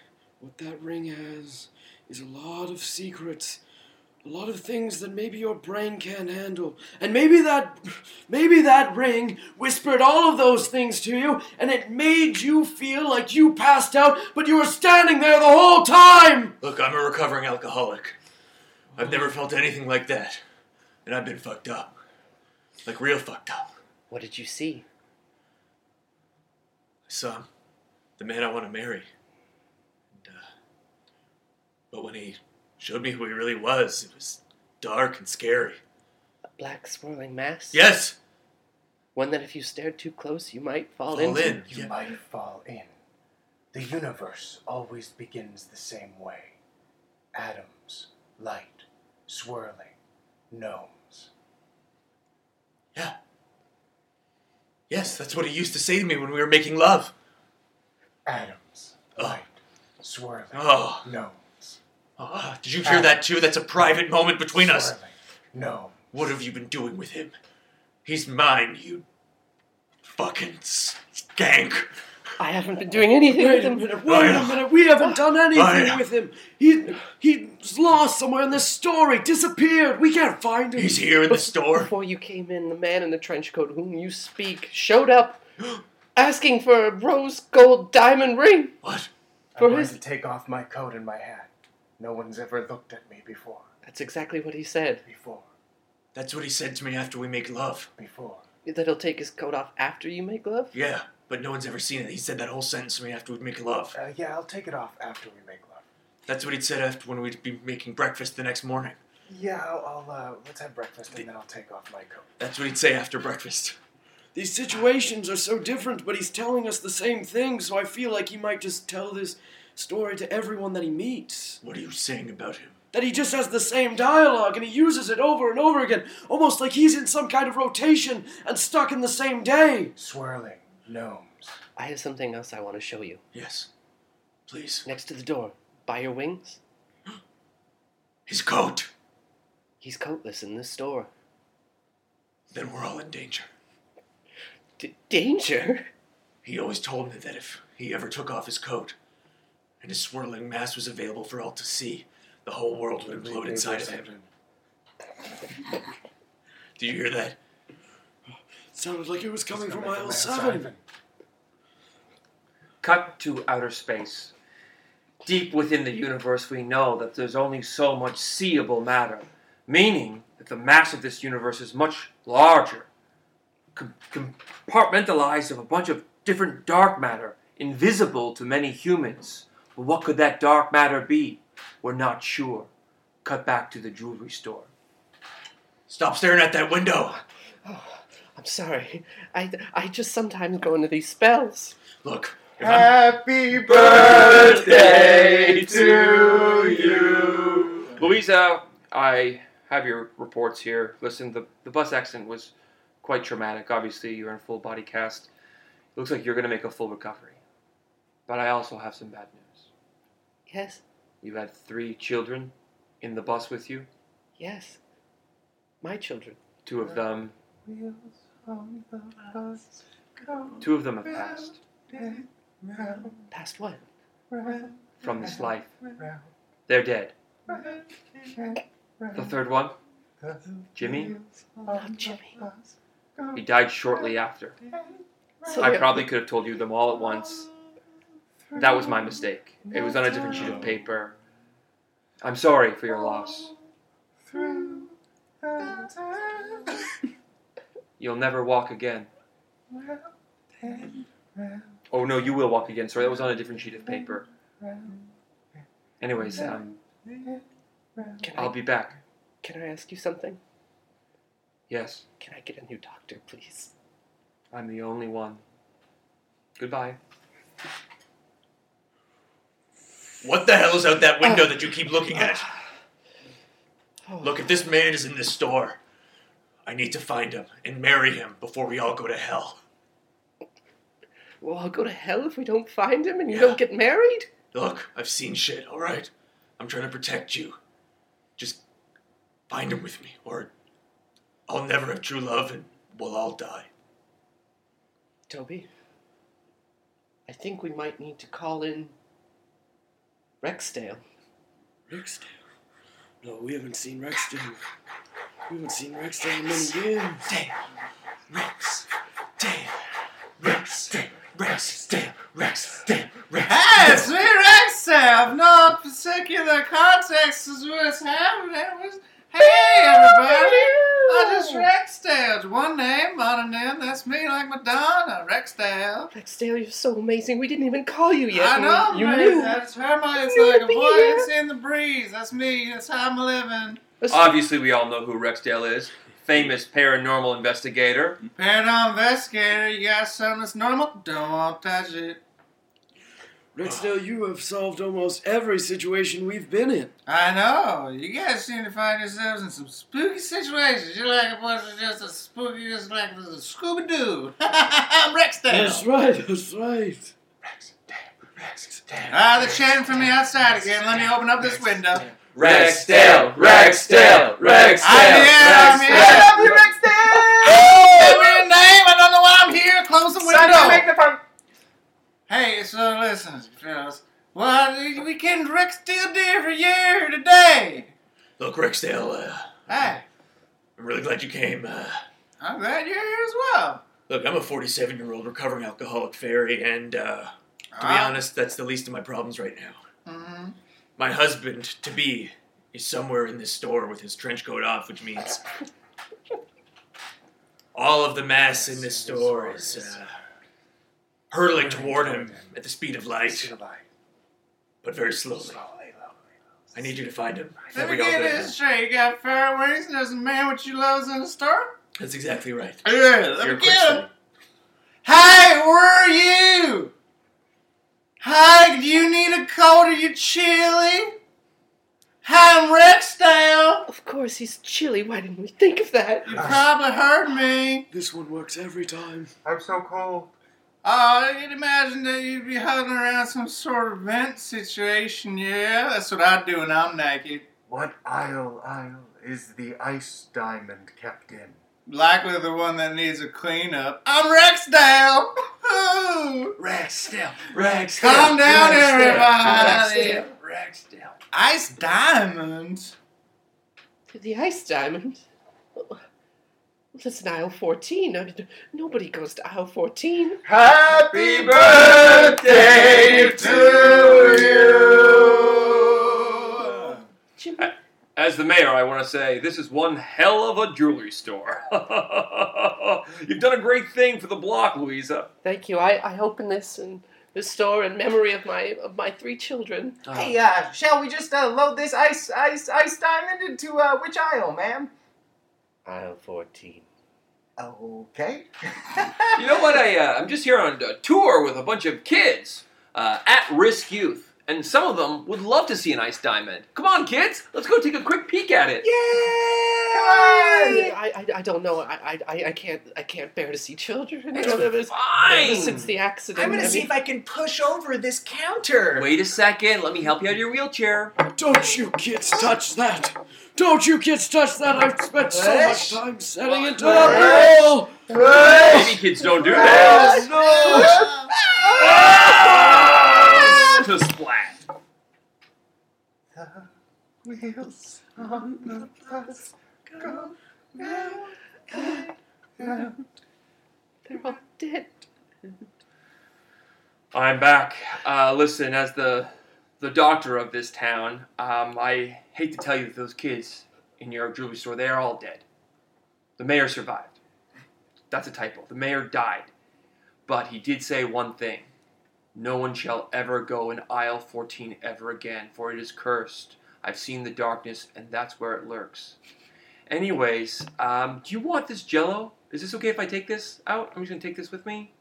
what that ring has is a lot of secrets, a lot of things that maybe your brain can't handle. And maybe that maybe that ring whispered all of those things to you and it made you feel like you passed out, but you were standing there the whole time.
Look, I'm a recovering alcoholic. I've never felt anything like that. And I've been fucked up. Like real fucked up.
What did you see?
I saw him, the man I want to marry. And, uh, but when he showed me who he really was, it was dark and scary.
A black swirling mass?
Yes!
One that if you stared too close, you might fall,
All
into.
in.
You might fall in. The universe always begins the same way atoms, light, swirling, gnomes.
Yeah. Yes, that's what he used to say to me when we were making love.
Atoms, light, swirling,
Oh,
gnomes.
oh, did you hear that too? That's a private moment between us.
Swirling, gnome.
What have you been doing with him? He's mine, you fucking skank.
I haven't been doing anything with
Wait a
him.
minute, wait a minute, we haven't done anything with him. He he's lost somewhere in this story, disappeared. We can't find him.
He's here in the store.
Before you came in, the man in the trench coat whom you speak showed up asking for a rose gold diamond ring.
What?
For
I'm going
his-
to take off my coat and my hat. No one's ever looked at me before.
That's exactly what he said.
Before.
That's what he said to me after we make love.
Before.
That he'll take his coat off after you make love?
Yeah, but no one's ever seen it. He said that whole sentence to me after we'd make love.
Uh, yeah, I'll take it off after we make love.
That's what he'd said after when we'd be making breakfast the next morning.
Yeah, I'll, I'll uh, let's have breakfast and then I'll take off my coat.
That's what he'd say after breakfast.
These situations are so different, but he's telling us the same thing, so I feel like he might just tell this story to everyone that he meets.
What are you saying about him?
That he just has the same dialogue and he uses it over and over again, almost like he's in some kind of rotation and stuck in the same day.
Swirling, gnomes.
I have something else I want to show you.
Yes. Please.
Next to the door, by your wings,
His coat!
he's coatless in this store.
Then we're all in danger.
D- danger?
He always told me that if he ever took off his coat and his swirling mass was available for all to see, the whole world would implode inside of him. Do you hear that?
Sounded like it was coming from
Coming
aisle seven.
Cut to outer space. Deep within the universe, we know that there's only so much seeable matter, meaning that the mass of this universe is much larger, com- compartmentalized of a bunch of different dark matter, invisible to many humans. But what could that dark matter be? We're not sure. Cut back to the jewelry store.
Stop staring at that window!
I'm sorry. I, I just sometimes go into these spells.
Look, if I'm,
Happy birthday to you.
Louisa, I have your reports here. Listen, the, the bus accident was quite traumatic. Obviously, you're in full body cast. It looks like you're going to make a full recovery. But I also have some bad news.
Yes,
You had three children in the bus with you.
yes. My children.
Two of them, two of them have passed
Past what?
from this life. They're dead. The third one, Jimmy,
Not Jimmy.
he died shortly after.
So
I
they're-
probably could have told you them all at once. That was my mistake. It was on a different sheet of paper. I'm sorry for your loss. You'll never walk again. Oh no, you will walk again. Sorry, that was on a different sheet of paper. Anyways, um,
Can
I'll
I,
be back.
can I ask you something?
Yes,
Can I get a new doctor, please?
I'm the only one. Goodbye.
What the hell is out that window that you keep looking at? Look, if this man is in this store, I need to find him and marry him before we all go to hell.
Well, I'll go to hell if we don't find him and you
Yeah.
don't get married?
Look, I've seen shit, alright? I'm trying to protect you. Just find him with me, or I'll never have true love and we'll all die.
Toby, I think we might need to call in Rexdale.
Rexdale. No, we haven't seen Rexdale. We haven't seen Rexdale in many years.
Dale, Rex, Dale, Rex, Dale, Rex, Dale, Rex, Dale, Rex.
Yes, we Rex have no particular context is what's happening. It was, hey, everybody. I just Rexdale. One name, mononym. That's me, like Madonna. Rexdale.
Rexdale, you're so amazing. We didn't even call you yet.
I
and
know.
You
man.
knew.
That's her. My, it's
You knew
like
to
a
be
boy.
here.
It's in the breeze. That's me. That's how I'm living.
Obviously, we all know who Rexdale is. Famous paranormal investigator.
Paranormal investigator. You got something that's normal? Don't touch it.
Rexdale, you have solved almost every situation we've been in.
I know. You guys seem to find yourselves in some spooky situations. You're like a bunch of just as spooky as like a Scooby Doo. I'm Rex
That's right, that's right.
Rex, damn, Rex, damn.
Ah, they're chatting from the outside again. Let me open up this window.
Rexdale, Rexdale, Rexdale.
I'm here. I'm here. I love you, Rex Weird name. I don't know why I'm here. Close the window. Hey, so listen, fellas. Well, we can Rex still deer for year today.
Look, Rexdale, uh,
Hey,
I'm really glad you came. Uh,
I'm glad you're here as well.
look, I'm a 47 year old recovering alcoholic fairy, and uh, to be honest, that's the least of my problems right now.
Mm-hmm.
My husband to be is somewhere in this store with his trench coat off, which means all of the mass in this store is uh, hurtling toward him at the speed of light, but very slowly. I need you to find him.
Let
Then
me
we all
get
go
this
down.
straight. You got fair wings and there's a man what you loves in the store?
That's exactly right.
Yeah, let
You're
me
a
get him.
quick
Hey, where are you? Hi, do you need a coat? Are you chilly? Hi, I'm Rexdale.
Of course, he's chilly. Why didn't we think of that?
You probably heard me.
This one works every time.
I'm so cold.
Oh, I can imagine that you'd be huddling around some sort of vent situation, yeah? That's what I do when I'm naked.
What aisle, aisle is the ice diamond kept in?
Likely the one that needs a cleanup. I'm Rexdale! Ooh.
Rexdale,
Rex.
Calm down,
Rexdale,
everybody!
Rexdale.
Ice Diamond?
The ice diamond? Well, That's an aisle 14. I mean, nobody goes to aisle 14.
Happy birthday to you!
Jimmy,
As the mayor, I want to say this is one hell of a jewelry store. You've done a great thing for the block, Louisa.
thank you. I, I open this and this store in memory of my of my three children.
Hey, uh, shall we just uh, load this ice, ice, ice diamond into uh, which aisle, ma'am?
Aisle 14.
Okay.
you know what? I uh, I'm just here on a tour with a bunch of kids, uh, at-risk youth, and some of them would love to see an ice diamond. Come on, kids, let's go take a quick peek at it.
I, I, I don't know. I, I, I can't I can't bear to see children. I don't know, there's- ever since
Fine.
the accident.
I'm gonna
I
see
mean,
if I can push over this counter.
Wait a second. Let me help you out of your wheelchair.
Don't you kids touch that! Don't you kids touch that! I've spent so much
Fresh?
time setting it
Fresh?
up!
Maybe kids don't do that. To splat.
Uh-huh.
Wheels on the bus go round and
They're all dead.
I'm back. Uh, listen, as the the doctor of this town, um, I hate to tell you that those kids in your jewelry store, they are all dead. The mayor survived. That's a typo. The mayor died. But he did say one thing. No one shall ever go in aisle 14 ever again, for it is cursed. I I've seen the darkness, and that's where it lurks. Anyways, um, do you want this jello? Is this okay if I take this out? I'm just gonna take this with me.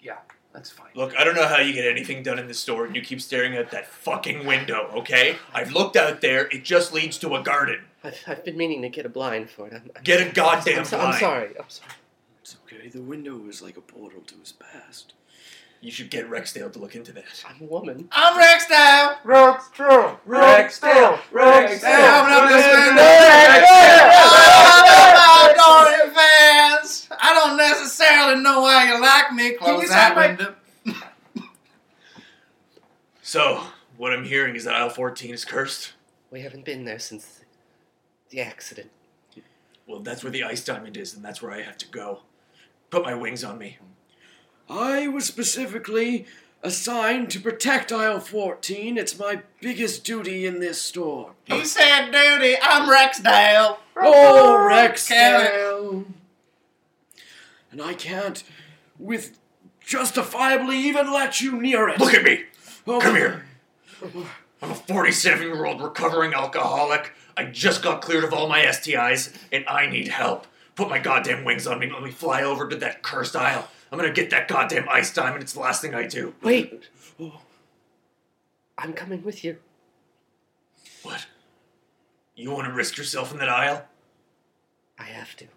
Yeah, that's fine.
Look, I don't know how you get anything done in the store and you keep staring at that fucking window, okay? I've looked out there, it just leads to a garden.
I've, I've been meaning to get a blind for it. I'm, I'm,
Get a goddamn
I'm, so- I'm
blind.
sorry. I'm sorry.
It's okay. The window is like a portal to his past.
You should get Rexdale to look into that.
I'm a woman.
I'm Rex now.
That's true.
Rex Dale! Rex
Hey, I'm
Dale!
not listening. fans. I don't necessarily know why you like me. Close
you
that
sound like-
window.
So, what I'm hearing is that aisle 14 is cursed.
We haven't been there since the accident.
Well, that's where the ice diamond is, and that's where I have to go. Put my wings on me.
I was specifically assigned to protect aisle 14. It's my biggest duty in this store.
He said, "Duty, I'm Rexdale."
Oh, Rex!
Carrot.
And I can't, with justifiably, even let you near it.
Look at me!
Oh,
Come here! I'm a 47 year old recovering alcoholic. I just got cleared of all my STIs, and I need help. Put my goddamn wings on me. Let me fly over to that cursed aisle. I'm gonna get that goddamn ice diamond. It's the last thing I do.
Wait. I'm coming with you.
What? You wanna risk yourself in that aisle?
I have to.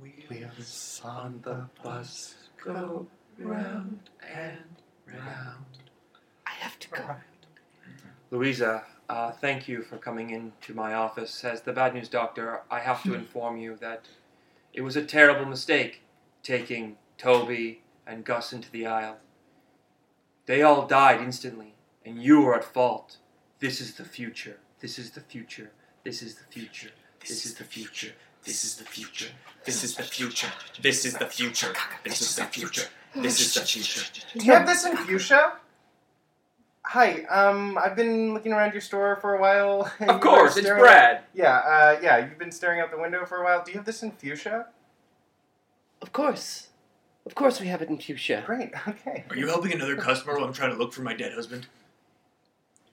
Wheels on the bus go round and round.
I have to go.
Louisa, uh, thank you for coming into my office. As the bad news doctor, I have to inform you that it was a terrible mistake taking Toby and Gus into the aisle. They all died instantly, and you were at fault. This is the future. This is the future. This is the future. This is the future.
This is the future. This is the future. This is the future. This is the future. This is the future.
Do you have this in fuchsia? Hi, um, I've been looking around your store for a while. You were
Of course, it's
staring-
Brad.
Yeah, uh, yeah, you've been staring out the window for a while. Do you have this in fuchsia?
Of course. Of course we have it in fuchsia.
Great, okay.
Are you helping another customer while I'm trying to look for my dead husband?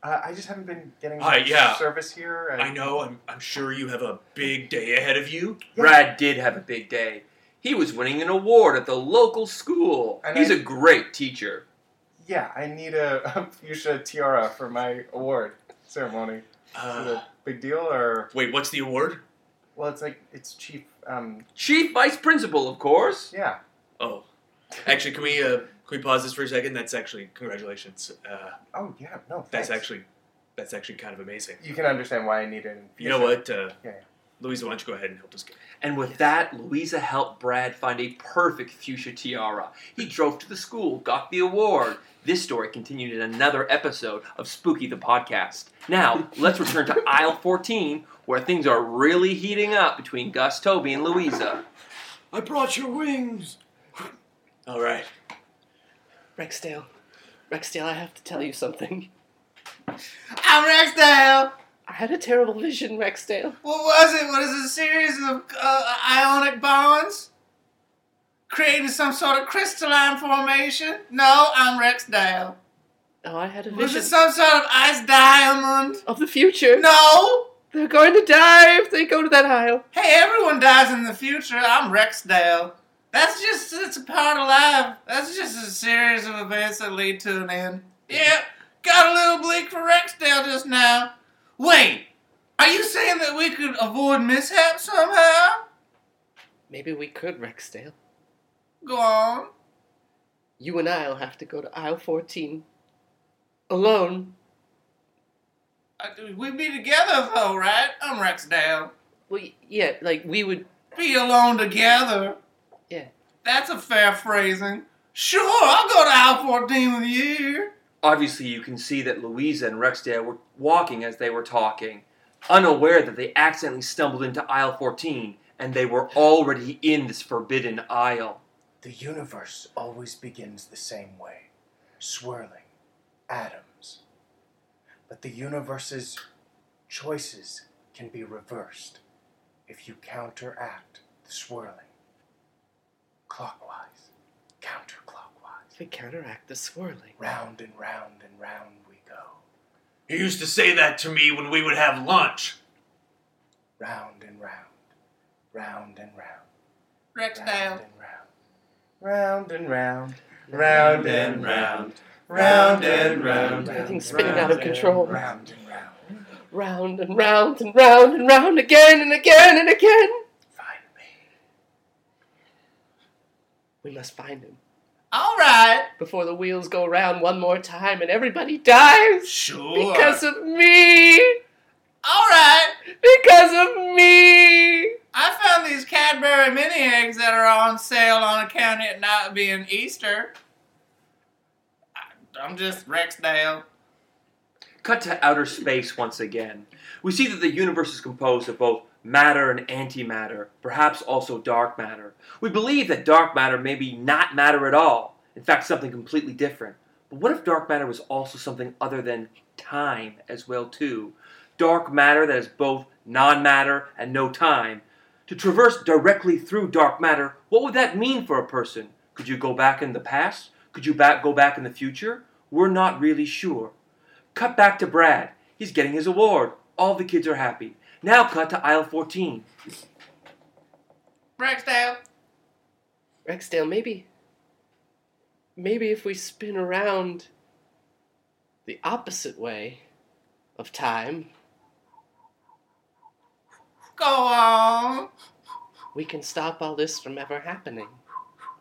Uh, I just haven't been getting
Hi,
much
yeah.
service here. and-
I know, I'm, I'm sure you have a big day ahead of you.
Yeah.
Brad did have a big day. He was winning an award at the local school.
And
He's
I-
a great teacher.
Yeah, I need a, a fuchsia tiara for my award ceremony. Is it
Uh,
a big deal, or
wait, what's the award?
well, it's like it's cheap. Um,
Chief vice principal, of course.
yeah,
Oh, actually, can we uh, can we pause this for a second? That's actually congratulations. Uh,
Oh yeah, no.
that's
thanks.
actually that's actually kind of amazing.
You can understand why I need it. In
You know
fuchsia.
what, uh,
Yeah, yeah.
Louise? Why don't you go ahead and help us get?
And with that, Louisa helped Brad find a perfect fuchsia tiara. He drove to the school, got the award. This story continued in another episode of Spooky the Podcast. Now, let's return to aisle 14, where things are really heating up between Gus, Toby, and Louisa.
I brought your wings.
All right.
Rexdale. Rexdale, I have to tell you something.
I'm Rexdale.
I had a terrible vision, Rexdale.
What was it? What is it, a series of uh, ionic bonds creating some sort of crystalline formation? No, I'm Rexdale.
Oh, I had a
Was
vision
it some sort of ice diamond?
of the future.
No.
They're going to die if they go to that aisle.
Hey, everyone dies in the future. I'm Rexdale. That's just it's a part of life. That's just a series of events that lead to an end. Yeah, got a little bleak for Rexdale just now. Wait, are you saying that we could avoid mishap somehow?
Maybe we could, Rexdale.
Go on.
You and I'll have to go to aisle 14. Alone.
Uh, We'd be together though, right? I'm Rexdale.
Well, y- yeah, like we would.
Be alone together.
Yeah.
That's a fair phrasing. Sure, I'll go to aisle 14 with you.
Obviously, you can see that Louisa and Rexdale were walking as they were talking, unaware that they accidentally stumbled into aisle 14, and they were already in this forbidden aisle.
The universe always begins the same way swirling atoms. But the universe's choices can be reversed if you counteract the swirling. Clockwise, counterclockwise,
We counteract the swirling.
round and round and round we go
He used to say that to me when we would have lunch.
Round and round, round and round.
Reptile.
Round and round, round and round, round and round.
Everything's
round
spinning out of
and
control.
Round and round.
Round and round and round and round again and again and again.
Find me.
We must find him
All right.
before the wheels go round one more time and everybody dies
Sure.
because of me.
All right.
Because of me.
I found these Cadbury mini eggs that are on sale on account of it not being Easter. I, I'm just Rexdale.
Cut to outer space once again. We see that the universe is composed of both matter and antimatter, perhaps also dark matter. We believe that dark matter may be not matter at all, in fact, something completely different. But what if dark matter was also something other than time as well too? Dark matter that is both non-matter and no time. To traverse directly through dark matter, what would that mean for a person? Could you go back in the past? Could you back go back in the future? We're not really sure. Cut back to Brad. He's getting his award. All the kids are happy. Now cut to aisle 14.
Rexdale.
Rexdale, maybe. Maybe if we spin around the opposite way of time,
Go on.
we can stop all this from ever happening.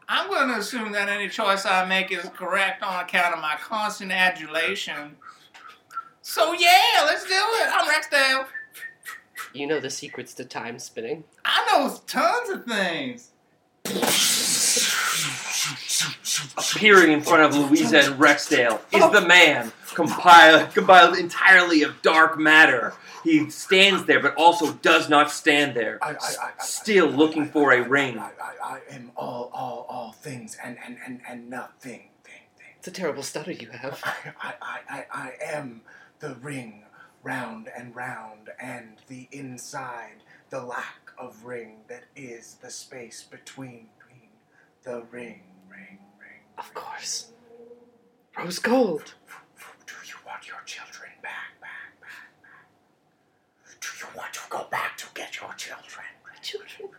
I'm going to assume that any choice I make is correct on account of my constant adulation. So yeah, let's do it. I'm Rexdale.
You know the secrets to time spinning.
I know tons of things.
Appearing in front of Louisa and Rexdale is the man, compiled, compiled entirely of dark matter. He stands there, but also does not stand there.
I, I, I, I,
Still looking for a ring.
I, I, I am all, all, all things and, and, and, and nothing, thing, thing.
It's a terrible stutter you have.
I, I, I, I, I am the ring, round and round, and the inside, the lack of ring that is the space between, between the ring, ring, ring.
Of
ring.
course. Rose gold.
Do you want your children back, back, back, back? Do you want to go back to get your children?
My children.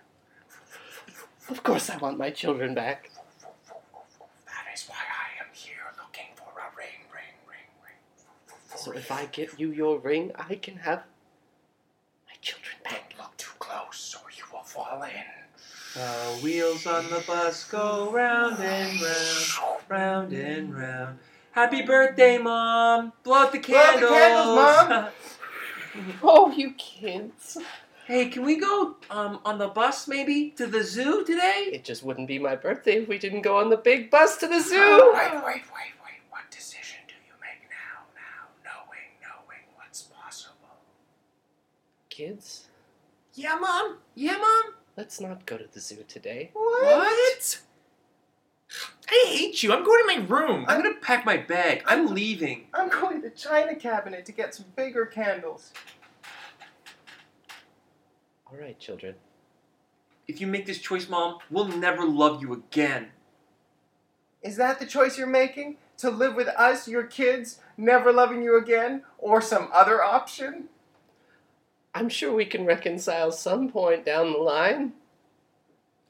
Of course I want my children back.
That is why I am here looking for a ring, ring, ring, ring.
So if I give you your ring, I can have my children back.
Don't look too close or you will fall in.
The wheels on the bus go round and round, round and round. Happy birthday, Mom! Blow out the
Blow out the
candles!
candles, Mom.
Oh, you kids.
Hey, can we go um, on the bus maybe to the zoo today?
It just wouldn't be my birthday if we didn't go on the big bus to the zoo.
Wait, wait, wait, wait. What decision do you make now, now, knowing, knowing what's possible?
Kids,
Yeah, mom. Yeah, mom.
let's not go to the zoo today.
What?
I hate you. I'm going to my room.
I'm gonna pack my bag. I'm leaving.
I'm going to China Cabinet to get some bigger candles.
All right, children.
If you make this choice, mom, we'll never love you again.
Is that the choice you're making? To live with us, your kids, never loving you again, or some other option?
I'm sure we can reconcile some point down the line.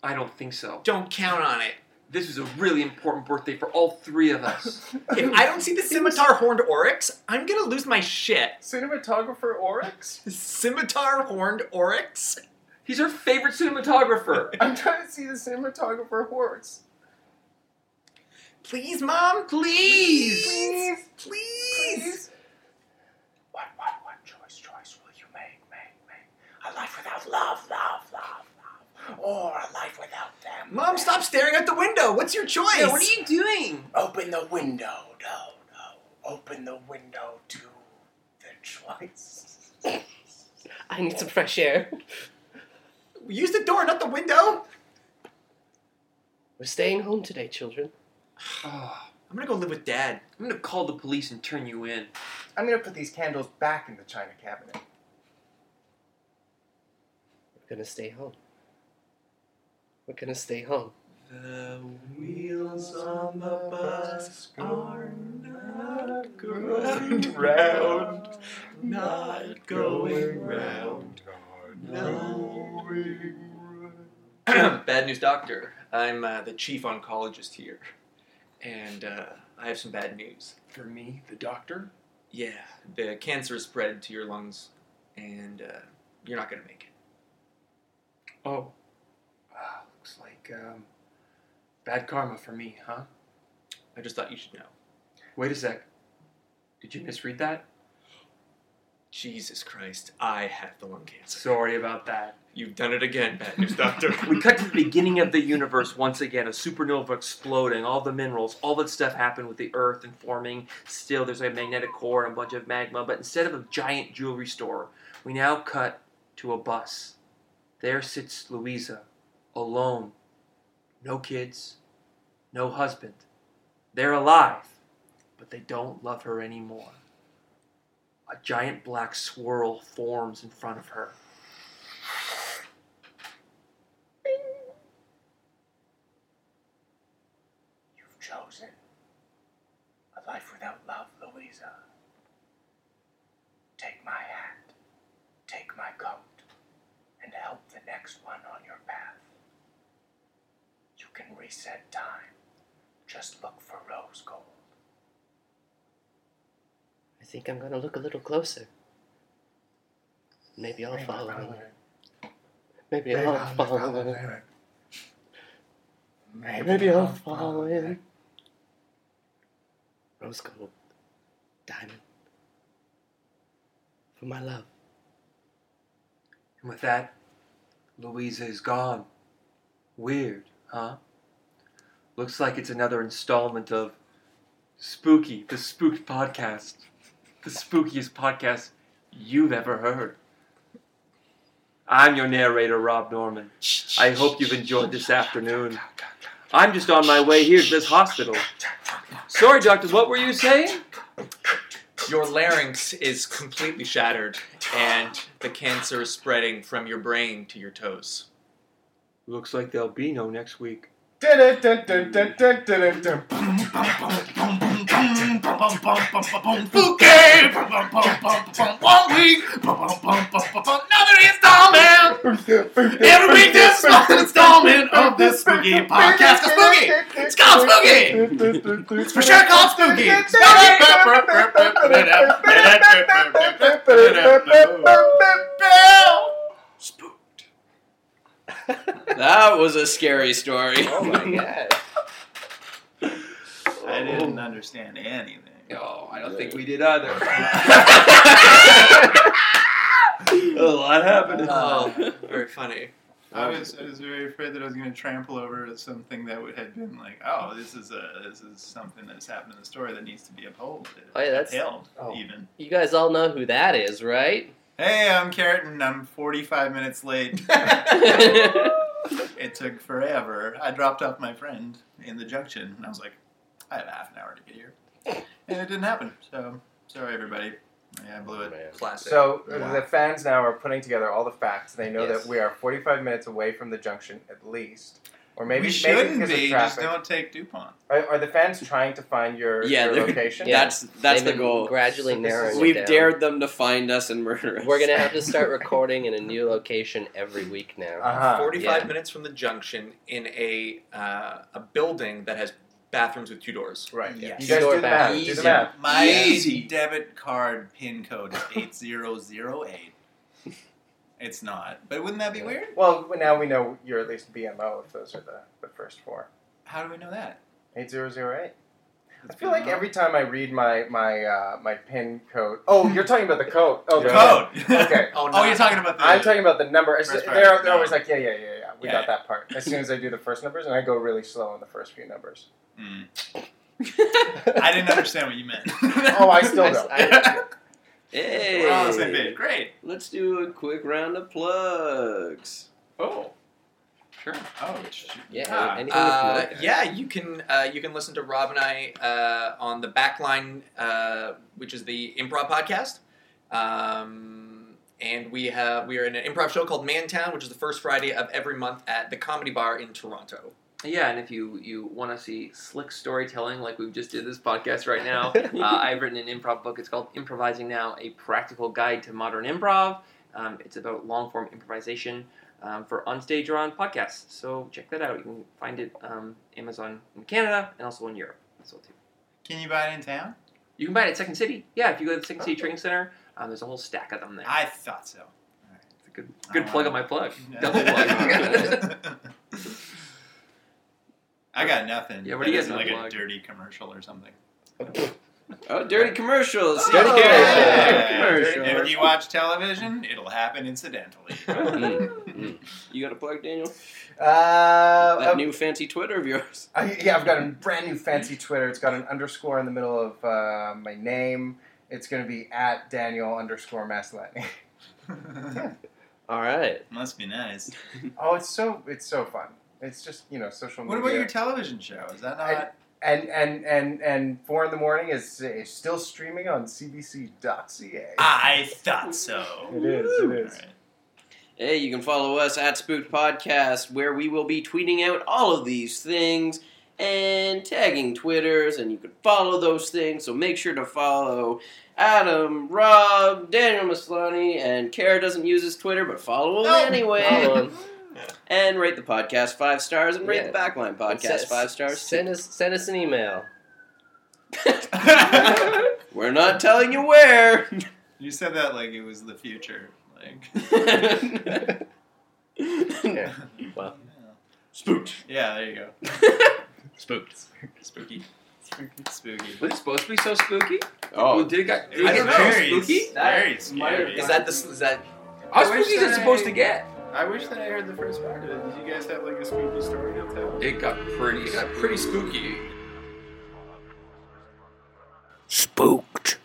I don't think so.
Don't count on it.
This is a really important birthday for all three of us.
If I don't see the scimitar horned oryx, I'm going to lose my shit.
Cinematographer Oryx?
Scimitar horned oryx?
He's our favorite cinematographer.
I'm trying to see the cinematographer horse.
Please, Mom, please. Please.
Please.
What, what, what choice, choice will you make, make, make? A life without love, love, love, love. Or a life without them.
Mom, stop staring out the window. What's your choice?
Yeah, what are you doing?
Oh,
Open the window, no, no. Open the window to the choice.
I need some fresh air.
Use the door, not the window.
We're staying home today, children.
I'm going to go live with Dad.
I'm gonna call the police and turn you in.
I'm gonna put these candles back in the China Cabinet.
We're gonna stay home. We're gonna stay home.
The wheels on the bus are not round, round,
not going round.
Bad news, doctor. I'm uh, the chief oncologist here, and uh, I have some bad news.
For me, the doctor.
Yeah, the cancer has spread to your lungs, and uh, you're not gonna make
Oh, Ah, looks like um, bad
Oh,
karma for me, huh?
it. I just thought you should know.
Wait a sec. Did you misread that?
Jesus Christ, I have the lung cancer.
Sorry about that.
You've done it again, bad news, doctor.
We cut to the beginning of the universe once again, a supernova exploding, all the minerals, all that stuff happened with the Earth and forming. Still, there's a magnetic core and a bunch of magma, but instead of a giant jewelry store, we now cut to a bus. There sits Louisa, alone. No kids, no husband. They're alive, but they don't love her anymore. A giant black swirl forms in front of her.
You've chosen a life without love, Louisa. Take my hand, take my coat, and help the next one on your path. You can reset time. Just look for rose gold.
I think I'm gonna look a little closer. Maybe I'll
Ring
follow him.
around it.
Maybe
Ring
I'll
around the
follow
fellow
him.
there.
Maybe I'll follow him. Rose gold, diamond, for my love.
And with that, Louisa is gone. Weird, huh? Looks like it's another installment of Spooky, the Spooked Podcast. The spookiest podcast you've ever heard. I'm your narrator, Rob Norman. I hope you've enjoyed this afternoon. I'm just on my way here to this hospital. Sorry, doctor, what were you saying?
Your larynx is completely shattered, and the cancer is spreading from your brain to your toes.
Looks like there'll be no next week.
Bouquet! One week! Another installment! Every week there's an installment of this spooky podcast. It's spooky! It's called spooky! It's for sure called spooky!
That was a scary story.
Oh my god.
I didn't understand anything.
Oh, I don't think we did either. a lot happened.
Oh, very funny.
I was I was very afraid that I was going to trample over something that would, had been like, oh, this is a this is something that's happened in the story that needs to be upheld.
Oh, yeah, that's-
upheld,
oh.
even.
You guys all know who that is, right?
Hey, I'm Carrot, and I'm 45 minutes late. it took forever. I dropped off my friend in the junction, and I was like, I have half an hour to get here, and it didn't happen. So sorry, everybody. Yeah, I blew it.
Classic.
So uh, the fans now are putting together all the facts. They know
Yes.
that we are 45 minutes away from the junction at least, or maybe
we
maybe
shouldn't
because
be.
of
Just
traffic.
don't take Dupont.
Are, are the fans trying to find your,
Yeah,
your
they're-
location?
yeah.
That's that's
They've
the
been
goal.
Gradually narrowing. it
We've
down.
dared them to find us and murder us.
We're gonna have to start recording in a new location every week now.
Uh-huh.
45
yeah.
minutes from the junction in a uh, a building that has bathrooms with two doors.
Right.
Yes.
You guys
Door
do the math.
back.
Do the
Easy.
math.
My
Easy.
debit card pin code is 8008. it's not. But wouldn't that be weird?
Well, now we know you're at least BMO if those are the, the first four.
How do we know that?
8008. I feel like every time I read my my uh, my pin code. Oh, you're talking about the code. Oh,
code.
God. Okay.
Oh, no.
Oh, you're talking about the.
I'm talking about the number. It's-
First part.
They're, they're always like, yeah, yeah, yeah, yeah. We
Yeah,
got
yeah.
that part. As soon as I do the first numbers, and I go really slow on the first few numbers.
Mm. I
I
didn't understand what you meant.
Oh, I still don't.
I-
Hey,
We're all on the same page. Great.
let's do a quick round of plugs.
Oh. Sure. Oh,
yeah,
Ah.
anything
Uh,
with milk.
yeah, you can uh, you can listen to Rob and I uh, on the Backline, uh, which is the improv podcast, um, and we have we are in an improv show called Mantown, which is the first Friday of every month at the Comedy Bar in Toronto.
Yeah, and if you, you want to see slick storytelling like we just did this podcast right now, uh, I've written an improv book. It's called Improvising Now A Practical Guide to Modern Improv. Um, it's about long form improvisation um, for onstage or on podcasts. So check that out. You can find it um, Amazon in Canada and also in Europe. So too.
Can you buy it in town? Oh.
You can buy it at Second City. Yeah, if you go to the Second City Training Center, um, there's a whole stack of them there.
I thought so. Uh,
It's a good good plug on my plug.
No.
Double plug.
I got nothing.
Yeah, what
That
do you guys
isn't
have
like a
plugged?
dirty commercial or something?
Oh, dirty commercials.
Dirty
Oh,
commercials.
yeah,
Dirty
commercials.
If you watch television, it'll happen incidentally.
You got a plug, Daniel?
Uh,
that
um,
new fancy Twitter of yours.
I, yeah, I've got a brand new fancy Twitter. It's got an underscore in the middle of uh, my name. It's going to be at Daniel underscore Maslany.
All right.
Must be nice.
oh, it's so it's so fun. It's just you know social
What
media.
about your television show? Is that not?
I- and and and and four in the morning is, is still streaming on CBC.ca.
I thought so.
It is. It is.
Alright.
Hey, you can follow us at Spooked Podcast, where we will be tweeting out all of these things and tagging Twitters, and you can follow those things. So make sure to follow Adam, Rob, Daniel Maslany, and Kara doesn't use his Twitter, but follow him
No.
anyway.
Oh. Follow him.
And rate the podcast five stars, and rate
Yeah.
the Backline podcast
Send us-
five stars.
Send us send us an email.
We're not telling you where.
You said that like it was the future. Like,
Yeah. Well.
Spooked.
yeah, there you go.
Spooked.
Spooky. Spooky. Spooky.
Was it supposed to be so spooky?
Oh,
Well, did it got, did it
I
get
don't know.
so
Very-
spooky?
Very scary.
Is that the? Is that?
How
I wish
spooky is it
that
supposed
I-
to get?
I wish that I heard the first part of it. Did you guys have like a spooky story to tell?
It got pretty. It got
Pretty spooky.
Pretty.
Spooked.